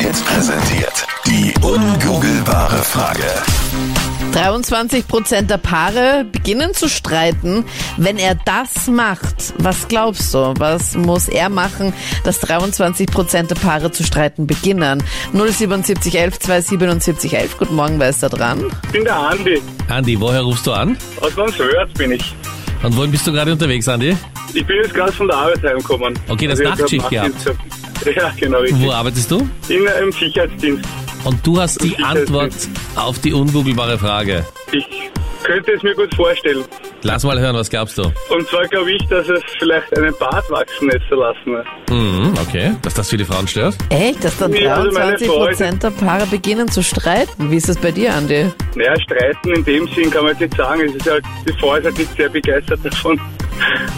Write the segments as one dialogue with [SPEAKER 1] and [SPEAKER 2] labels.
[SPEAKER 1] Hits präsentiert die ungoogelbare Frage.
[SPEAKER 2] 23 Prozent der Paare beginnen zu streiten, wenn er das macht. Was glaubst du? Was muss er machen, dass 23 Prozent der Paare zu streiten beginnen? 07711 27711. Guten Morgen, wer ist da dran?
[SPEAKER 3] Ich bin der Andi.
[SPEAKER 4] Andi, woher rufst du an?
[SPEAKER 3] Aus Landswörth bin ich.
[SPEAKER 4] Und wohin bist du gerade unterwegs, Andi?
[SPEAKER 3] Ich bin jetzt gerade von der Arbeit heimgekommen. Also
[SPEAKER 4] Okay, das
[SPEAKER 3] ich hab
[SPEAKER 4] Nachtschicht
[SPEAKER 3] Nachtdienst gehabt. Ja, genau, richtig.
[SPEAKER 4] Wo arbeitest du?
[SPEAKER 3] In einem Sicherheitsdienst.
[SPEAKER 4] Und du hast die Antwort auf die ungoogelbare Frage.
[SPEAKER 3] Ich könnte es mir gut vorstellen.
[SPEAKER 4] Lass mal hören, was glaubst du?
[SPEAKER 3] Und zwar glaube ich, dass es vielleicht einen Bart wachsen lässt zu lassen.
[SPEAKER 4] Mhm, okay. Dass das viele Frauen stört?
[SPEAKER 2] Echt, dass dann
[SPEAKER 3] Ja, also meine
[SPEAKER 2] 23 Prozent der Paare beginnen zu streiten? Wie ist es bei dir, Andi?
[SPEAKER 3] Naja, streiten in dem Sinn kann man jetzt nicht sagen. Es ist halt, die Frau ist halt nicht sehr begeistert davon.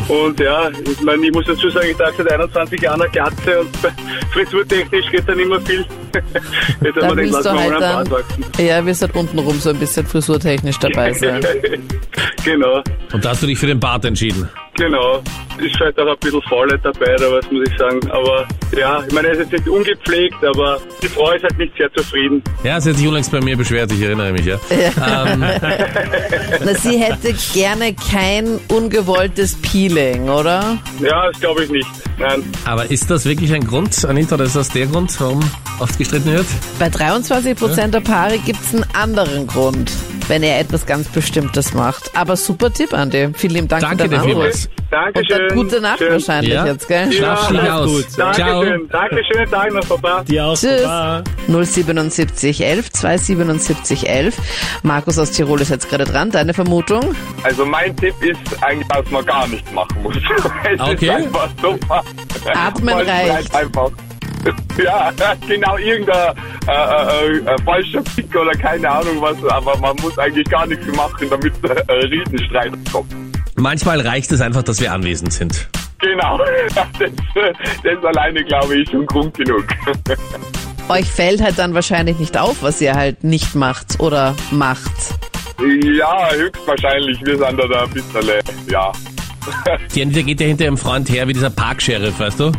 [SPEAKER 3] Und ja, ich meine, ich muss dazu sagen, ich darf seit 21 Jahren eine Glatze und frisurtechnisch geht dann immer viel. Jetzt
[SPEAKER 2] Da
[SPEAKER 3] haben wir den
[SPEAKER 2] bist du
[SPEAKER 3] lassen wir mal
[SPEAKER 2] halt
[SPEAKER 3] einen
[SPEAKER 2] dann,
[SPEAKER 3] Bart wachsen.
[SPEAKER 2] ja, wir sind untenrum so ein bisschen frisurtechnisch dabei sein.
[SPEAKER 3] genau.
[SPEAKER 4] Und da hast du dich für den Bart entschieden.
[SPEAKER 3] Genau. Ist halt auch ein bisschen Faulheit dabei, oder was muss ich sagen. Aber ja, ich meine, er ist jetzt nicht ungepflegt, aber die Frau ist halt nicht sehr zufrieden.
[SPEAKER 4] Ja, sie hat sich unlängst bei mir beschwert, ich erinnere mich, ja. Ähm,
[SPEAKER 2] Na, sie hätte gerne kein ungewolltes Peeling, oder?
[SPEAKER 3] Ja, das glaube ich nicht. Nein.
[SPEAKER 4] aber ist das wirklich ein Grund, Anita, oder ist das der Grund, warum oft gestritten wird?
[SPEAKER 2] Bei 23 Prozent der Paare gibt's einen anderen Grund, wenn er etwas ganz Bestimmtes macht. Aber super Tipp, Andi. Vielen lieben Dank
[SPEAKER 4] Danke
[SPEAKER 2] für
[SPEAKER 4] dir
[SPEAKER 2] deinen Anruf.
[SPEAKER 4] vielmals.
[SPEAKER 2] Und
[SPEAKER 3] Dankeschön.
[SPEAKER 2] dann gute Nacht
[SPEAKER 3] Schön.
[SPEAKER 2] wahrscheinlich
[SPEAKER 4] Ja.
[SPEAKER 2] jetzt, gell?
[SPEAKER 3] Ja,
[SPEAKER 4] Schlaf
[SPEAKER 3] alles
[SPEAKER 4] dich aus.
[SPEAKER 3] Gut. Dankeschön. Danke, schönen Tag noch, Papa.
[SPEAKER 5] Dir auch.
[SPEAKER 2] Tschüss.
[SPEAKER 5] Baba.
[SPEAKER 2] 07711, 27711. Markus aus Tirol ist jetzt gerade dran. Deine Vermutung?
[SPEAKER 6] Also mein Tipp ist eigentlich, dass man gar nichts machen muss. es
[SPEAKER 4] Okay.
[SPEAKER 6] ist einfach super.
[SPEAKER 2] Atmen
[SPEAKER 6] Man bleibt
[SPEAKER 2] reicht.
[SPEAKER 6] Einfach. Ja, genau, irgendein äh, äh, äh, falscher Pick oder keine Ahnung was, aber man muss eigentlich gar nichts machen, damit äh, Riesenstreit kommt.
[SPEAKER 4] Manchmal reicht es einfach, dass wir anwesend sind.
[SPEAKER 6] Genau, das, das alleine glaube ich schon Grund genug.
[SPEAKER 2] Euch fällt halt dann wahrscheinlich nicht auf, was ihr halt nicht macht oder macht.
[SPEAKER 6] ja, höchstwahrscheinlich, wir sind da da ein bisschen, äh, ja.
[SPEAKER 4] Die Anita geht ja hinter ihrem Freund her wie dieser Parksheriff, weißt du?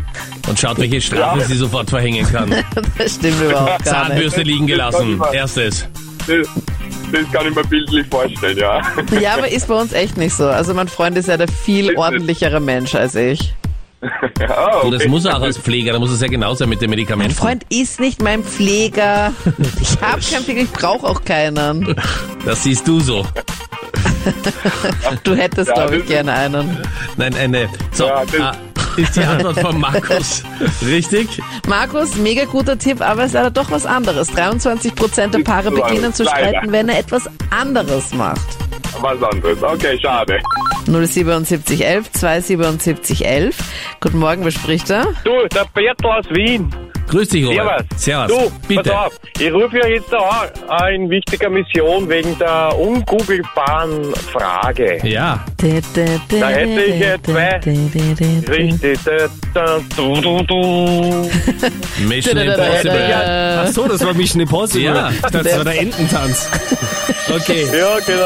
[SPEAKER 4] Und schaut, welche Strafen sie sofort verhängen kann.
[SPEAKER 2] Das stimmt überhaupt gar nicht.
[SPEAKER 4] Zahnbürste liegen gelassen. Erstes.
[SPEAKER 6] Das, das kann ich mir bildlich vorstellen, ja.
[SPEAKER 2] Ja, aber ist bei uns echt nicht so. Also mein Freund ist ja der viel ordentlichere Mensch als ich.
[SPEAKER 6] oh,
[SPEAKER 4] Und das muss er auch als Pfleger, da muss es ja genau sein mit den Medikamenten.
[SPEAKER 2] Freund ist nicht mein Pfleger. Ich habe keinen Pfleger, ich brauche auch keinen.
[SPEAKER 4] Das siehst du so.
[SPEAKER 2] Du hättest,
[SPEAKER 6] Ja,
[SPEAKER 2] glaube
[SPEAKER 6] das
[SPEAKER 2] ich,
[SPEAKER 6] ist-
[SPEAKER 2] gerne einen.
[SPEAKER 4] Nein, nein, nein. So,
[SPEAKER 6] Ja, das-
[SPEAKER 4] ah, ist die Antwort von Markus richtig?
[SPEAKER 2] Markus, mega guter Tipp, aber es ist leider doch was anderes. 23% der Paare
[SPEAKER 6] Leider.
[SPEAKER 2] beginnen zu
[SPEAKER 6] Leider.
[SPEAKER 2] streiten, wenn er etwas anderes macht.
[SPEAKER 6] was anderes. Okay, schade.
[SPEAKER 2] 07711, 27711. Guten Morgen, wer spricht da?
[SPEAKER 7] Du, der Bertel aus Wien.
[SPEAKER 4] Grüß dich, Robert.
[SPEAKER 7] Servus.
[SPEAKER 4] Servus.
[SPEAKER 7] Du,
[SPEAKER 4] Bitte.
[SPEAKER 7] pass auf. Ich rufe ja jetzt da an, äh, in wichtiger Mission wegen der ungoogelbaren Frage.
[SPEAKER 4] Ja,
[SPEAKER 7] Da hätte ich ja zwei. Richtig. Da, da, du, du, du.
[SPEAKER 4] Mission
[SPEAKER 2] Da, da, da,
[SPEAKER 4] Impossible.
[SPEAKER 2] da, da.
[SPEAKER 5] Ach so, das war Mission Impossible.
[SPEAKER 4] Ja.
[SPEAKER 5] Ich dachte, das war der Ententanz. Mhm. Okay,
[SPEAKER 7] Ja, genau.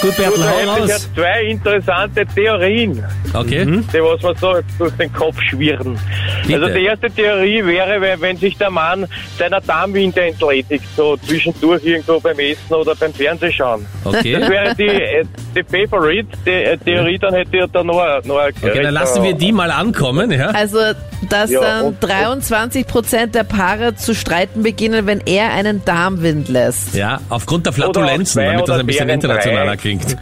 [SPEAKER 5] gut,
[SPEAKER 7] Du,
[SPEAKER 5] Bertel,
[SPEAKER 7] da
[SPEAKER 5] hau
[SPEAKER 7] hätte ich ja
[SPEAKER 5] raus.
[SPEAKER 7] zwei interessante Theorien,
[SPEAKER 4] Okay.
[SPEAKER 7] die was man so durch den Kopf schwirren.
[SPEAKER 4] Bitte.
[SPEAKER 7] Also die erste Theorie wäre, wenn- wenn sich der Mann seiner Darmwinde entledigt, so zwischendurch irgendwo beim Essen oder beim Fernsehschauen. Das
[SPEAKER 4] Okay.
[SPEAKER 7] wäre die, äh, die Favorite die, äh, Theorie, dann hätte ich da noch, noch
[SPEAKER 4] Okay, dann lassen wir die mal ankommen, ja?
[SPEAKER 2] Also, dass
[SPEAKER 7] Ja,
[SPEAKER 2] dann
[SPEAKER 7] und- und-
[SPEAKER 2] 23% der Paare zu streiten beginnen, wenn er einen Darmwind lässt.
[SPEAKER 4] Ja, aufgrund der Flatulenzen,
[SPEAKER 7] zwei
[SPEAKER 4] damit das
[SPEAKER 7] oder
[SPEAKER 4] ein bisschen
[SPEAKER 7] deren
[SPEAKER 4] internationaler
[SPEAKER 7] drei.
[SPEAKER 4] klingt.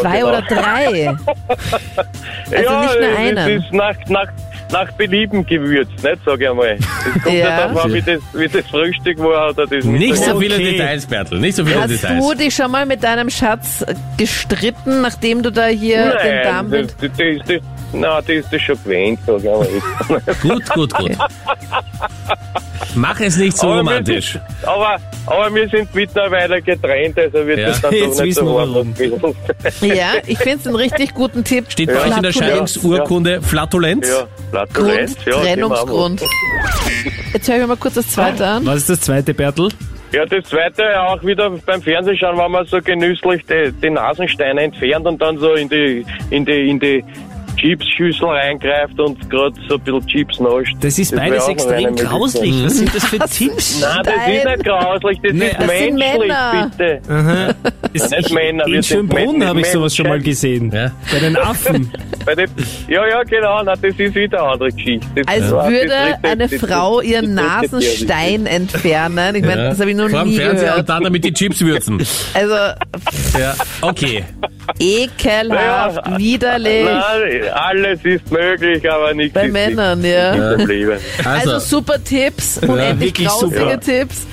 [SPEAKER 2] Zwei
[SPEAKER 7] genau.
[SPEAKER 2] oder drei. Also
[SPEAKER 7] ja,
[SPEAKER 2] nicht nur
[SPEAKER 7] es
[SPEAKER 2] einen.
[SPEAKER 7] ist nach, nach, nach Belieben gewürzt, nicht, sag ich einmal. Es kommt
[SPEAKER 2] Ja.
[SPEAKER 7] ja. nicht davon, wie das, wie das Frühstück war oder
[SPEAKER 4] Nicht
[SPEAKER 7] das
[SPEAKER 4] so
[SPEAKER 7] Mittagessen.
[SPEAKER 4] viele
[SPEAKER 5] Okay.
[SPEAKER 4] Details, Bertel. Nicht so viele
[SPEAKER 2] Hast
[SPEAKER 4] Details.
[SPEAKER 2] du dich schon mal mit deinem Schatz gestritten, nachdem du da hier Äh, den halt.
[SPEAKER 7] Nein,
[SPEAKER 2] Darmwind...
[SPEAKER 7] das, das, das, das, nein, das ist das schon gewähnt, sag ich einmal.
[SPEAKER 4] Gut, gut, gut. Mach es nicht so
[SPEAKER 7] Aber wir
[SPEAKER 4] romantisch.
[SPEAKER 7] sind- Aber, aber wir sind mittlerweile getrennt, also wird
[SPEAKER 4] Ja.
[SPEAKER 7] das dann
[SPEAKER 5] Jetzt
[SPEAKER 7] doch nicht
[SPEAKER 5] wissen wir
[SPEAKER 7] so
[SPEAKER 5] warum.
[SPEAKER 7] gewesen.
[SPEAKER 2] Ja, ich finde es einen richtig guten Tipp.
[SPEAKER 4] Steht bei euch in der
[SPEAKER 2] Flatulenz.
[SPEAKER 4] Scheidungsurkunde Flatulenz?
[SPEAKER 7] Ja, Flatulenz,
[SPEAKER 2] Grund,
[SPEAKER 7] ja, die machen
[SPEAKER 2] Trennungsgrund. Jetzt höre ich mir mal kurz das zweite an.
[SPEAKER 5] Was ist das zweite, Bertel?
[SPEAKER 7] Ja, das zweite auch wieder beim Fernsehschauen, wenn man so genüsslich die, die Nasensteine entfernt und dann so in die, in die, in die Chips-Schüssel reingreift und gerade so ein bisschen Chips nascht.
[SPEAKER 5] Das ist
[SPEAKER 7] wär auch
[SPEAKER 5] beides
[SPEAKER 7] noch eine
[SPEAKER 5] extrem
[SPEAKER 7] Möglichkeit.
[SPEAKER 5] grauslich. Was sind das für Tipps?
[SPEAKER 7] Nein, das ist nicht grauslich, das
[SPEAKER 5] Nee,
[SPEAKER 7] ist
[SPEAKER 5] das
[SPEAKER 2] sind
[SPEAKER 7] menschlich,
[SPEAKER 2] Männer.
[SPEAKER 7] bitte.
[SPEAKER 5] Ist,
[SPEAKER 7] nicht Männer, wir
[SPEAKER 5] in
[SPEAKER 7] sind
[SPEAKER 5] Schönbrunn
[SPEAKER 7] Men-
[SPEAKER 5] habe ich sowas schon mal
[SPEAKER 7] Menschen.
[SPEAKER 5] gesehen.
[SPEAKER 4] Ja.
[SPEAKER 5] Bei den Affen.
[SPEAKER 7] Bei dem, ja, ja, genau, na, das ist wieder eine andere Geschichte. Das
[SPEAKER 2] Als
[SPEAKER 7] war- das
[SPEAKER 2] Also würde
[SPEAKER 7] trifft-
[SPEAKER 2] eine
[SPEAKER 7] das-
[SPEAKER 2] Frau
[SPEAKER 7] das-
[SPEAKER 2] ihren
[SPEAKER 7] das trifft ja nicht.
[SPEAKER 2] Nasenstein entfernen. Ich meine,
[SPEAKER 4] Ja.
[SPEAKER 2] das habe ich noch
[SPEAKER 4] Vor dem
[SPEAKER 2] nie
[SPEAKER 4] Fernseher und
[SPEAKER 2] gehört.
[SPEAKER 4] dann damit die Chips würzen.
[SPEAKER 2] Also
[SPEAKER 4] Ja, okay.
[SPEAKER 2] ekelhaft,
[SPEAKER 7] Naja,
[SPEAKER 2] widerlich.
[SPEAKER 7] Nein, alles ist möglich, aber nichts
[SPEAKER 2] Bei
[SPEAKER 7] ist
[SPEAKER 2] Männern,
[SPEAKER 7] nicht,
[SPEAKER 2] ja.
[SPEAKER 7] nicht geblieben.
[SPEAKER 2] Also,
[SPEAKER 4] Also,
[SPEAKER 2] super Tipps, unendlich
[SPEAKER 5] wirklich
[SPEAKER 2] grausige
[SPEAKER 5] super.
[SPEAKER 2] Tipps,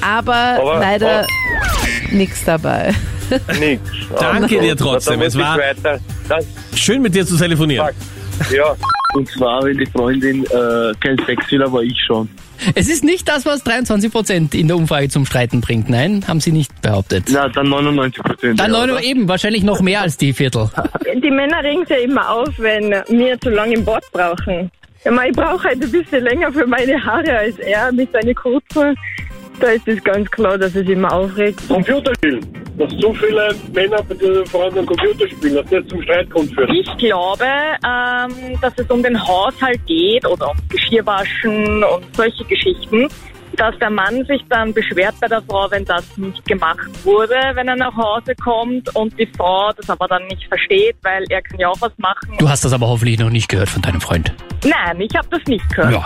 [SPEAKER 2] aber,
[SPEAKER 7] Aber-
[SPEAKER 2] leider nichts dabei.
[SPEAKER 7] Nix.
[SPEAKER 4] Danke dir
[SPEAKER 7] Also,
[SPEAKER 4] trotzdem,
[SPEAKER 7] da
[SPEAKER 4] es
[SPEAKER 7] muss ich
[SPEAKER 4] war-
[SPEAKER 7] Weiter. Das,
[SPEAKER 4] schön mit dir zu telefonieren.
[SPEAKER 7] ja.
[SPEAKER 8] Und zwar, wenn die Freundin äh, kein Sex will, aber ich schon.
[SPEAKER 9] Es ist nicht das, was 23% in der Umfrage zum Streiten bringt. Nein, haben sie nicht behauptet.
[SPEAKER 8] Na, dann 99 Prozent.
[SPEAKER 9] Dann 9 Uhr eben, wahrscheinlich noch mehr als die Viertel.
[SPEAKER 10] Die Männer regen sich ja immer auf, wenn wir zu lange im Bad brauchen. Ich, meine, ich brauche halt ein bisschen länger für meine Haare als er mit seinen kurzen. Da ist es ganz klar, dass es immer aufregt.
[SPEAKER 6] Computerspielen. Dass zu viele Männer bei den Frauen Computer spielen, dass das zum Streit kommt führt.
[SPEAKER 10] Ich glaube, dass es um den Haushalt geht oder um Geschirrwaschen und solche Geschichten, dass der Mann sich dann beschwert bei der Frau, wenn das nicht gemacht wurde, wenn er nach Hause kommt und die Frau das aber dann nicht versteht, weil er kann ja auch was machen.
[SPEAKER 9] Du hast das aber hoffentlich noch nicht gehört von deinem Freund.
[SPEAKER 10] Nein, ich habe das nicht gehört.
[SPEAKER 9] Ja.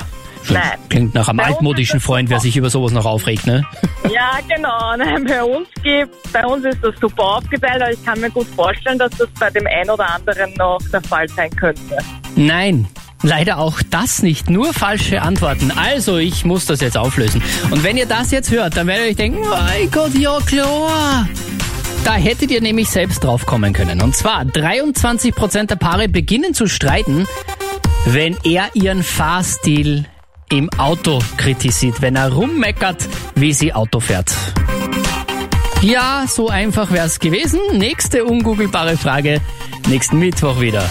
[SPEAKER 10] Nein.
[SPEAKER 9] Klingt nach einem
[SPEAKER 10] Bei uns
[SPEAKER 9] altmodischen
[SPEAKER 10] ist das
[SPEAKER 9] Freund, wer
[SPEAKER 10] super.
[SPEAKER 9] sich über sowas noch aufregt, ne?
[SPEAKER 10] Ja, genau. Nein, bei, uns gibt, bei uns ist das super aufgeteilt, aber ich kann mir gut vorstellen, dass das bei dem einen oder anderen noch der Fall sein könnte.
[SPEAKER 9] Nein. Leider auch das nicht. Nur falsche Antworten. Also, ich muss das jetzt auflösen. Und wenn ihr das jetzt hört, dann werdet ihr euch denken, mein Gott, ja klar. Da hättet ihr nämlich selbst drauf kommen können. Und zwar, 23% der Paare beginnen zu streiten, wenn er ihren Fahrstil im Auto kritisiert, wenn er rummeckert, wie sie Auto fährt. Ja, so einfach wär's gewesen. Nächste ungoogelbare Frage, nächsten Mittwoch wieder.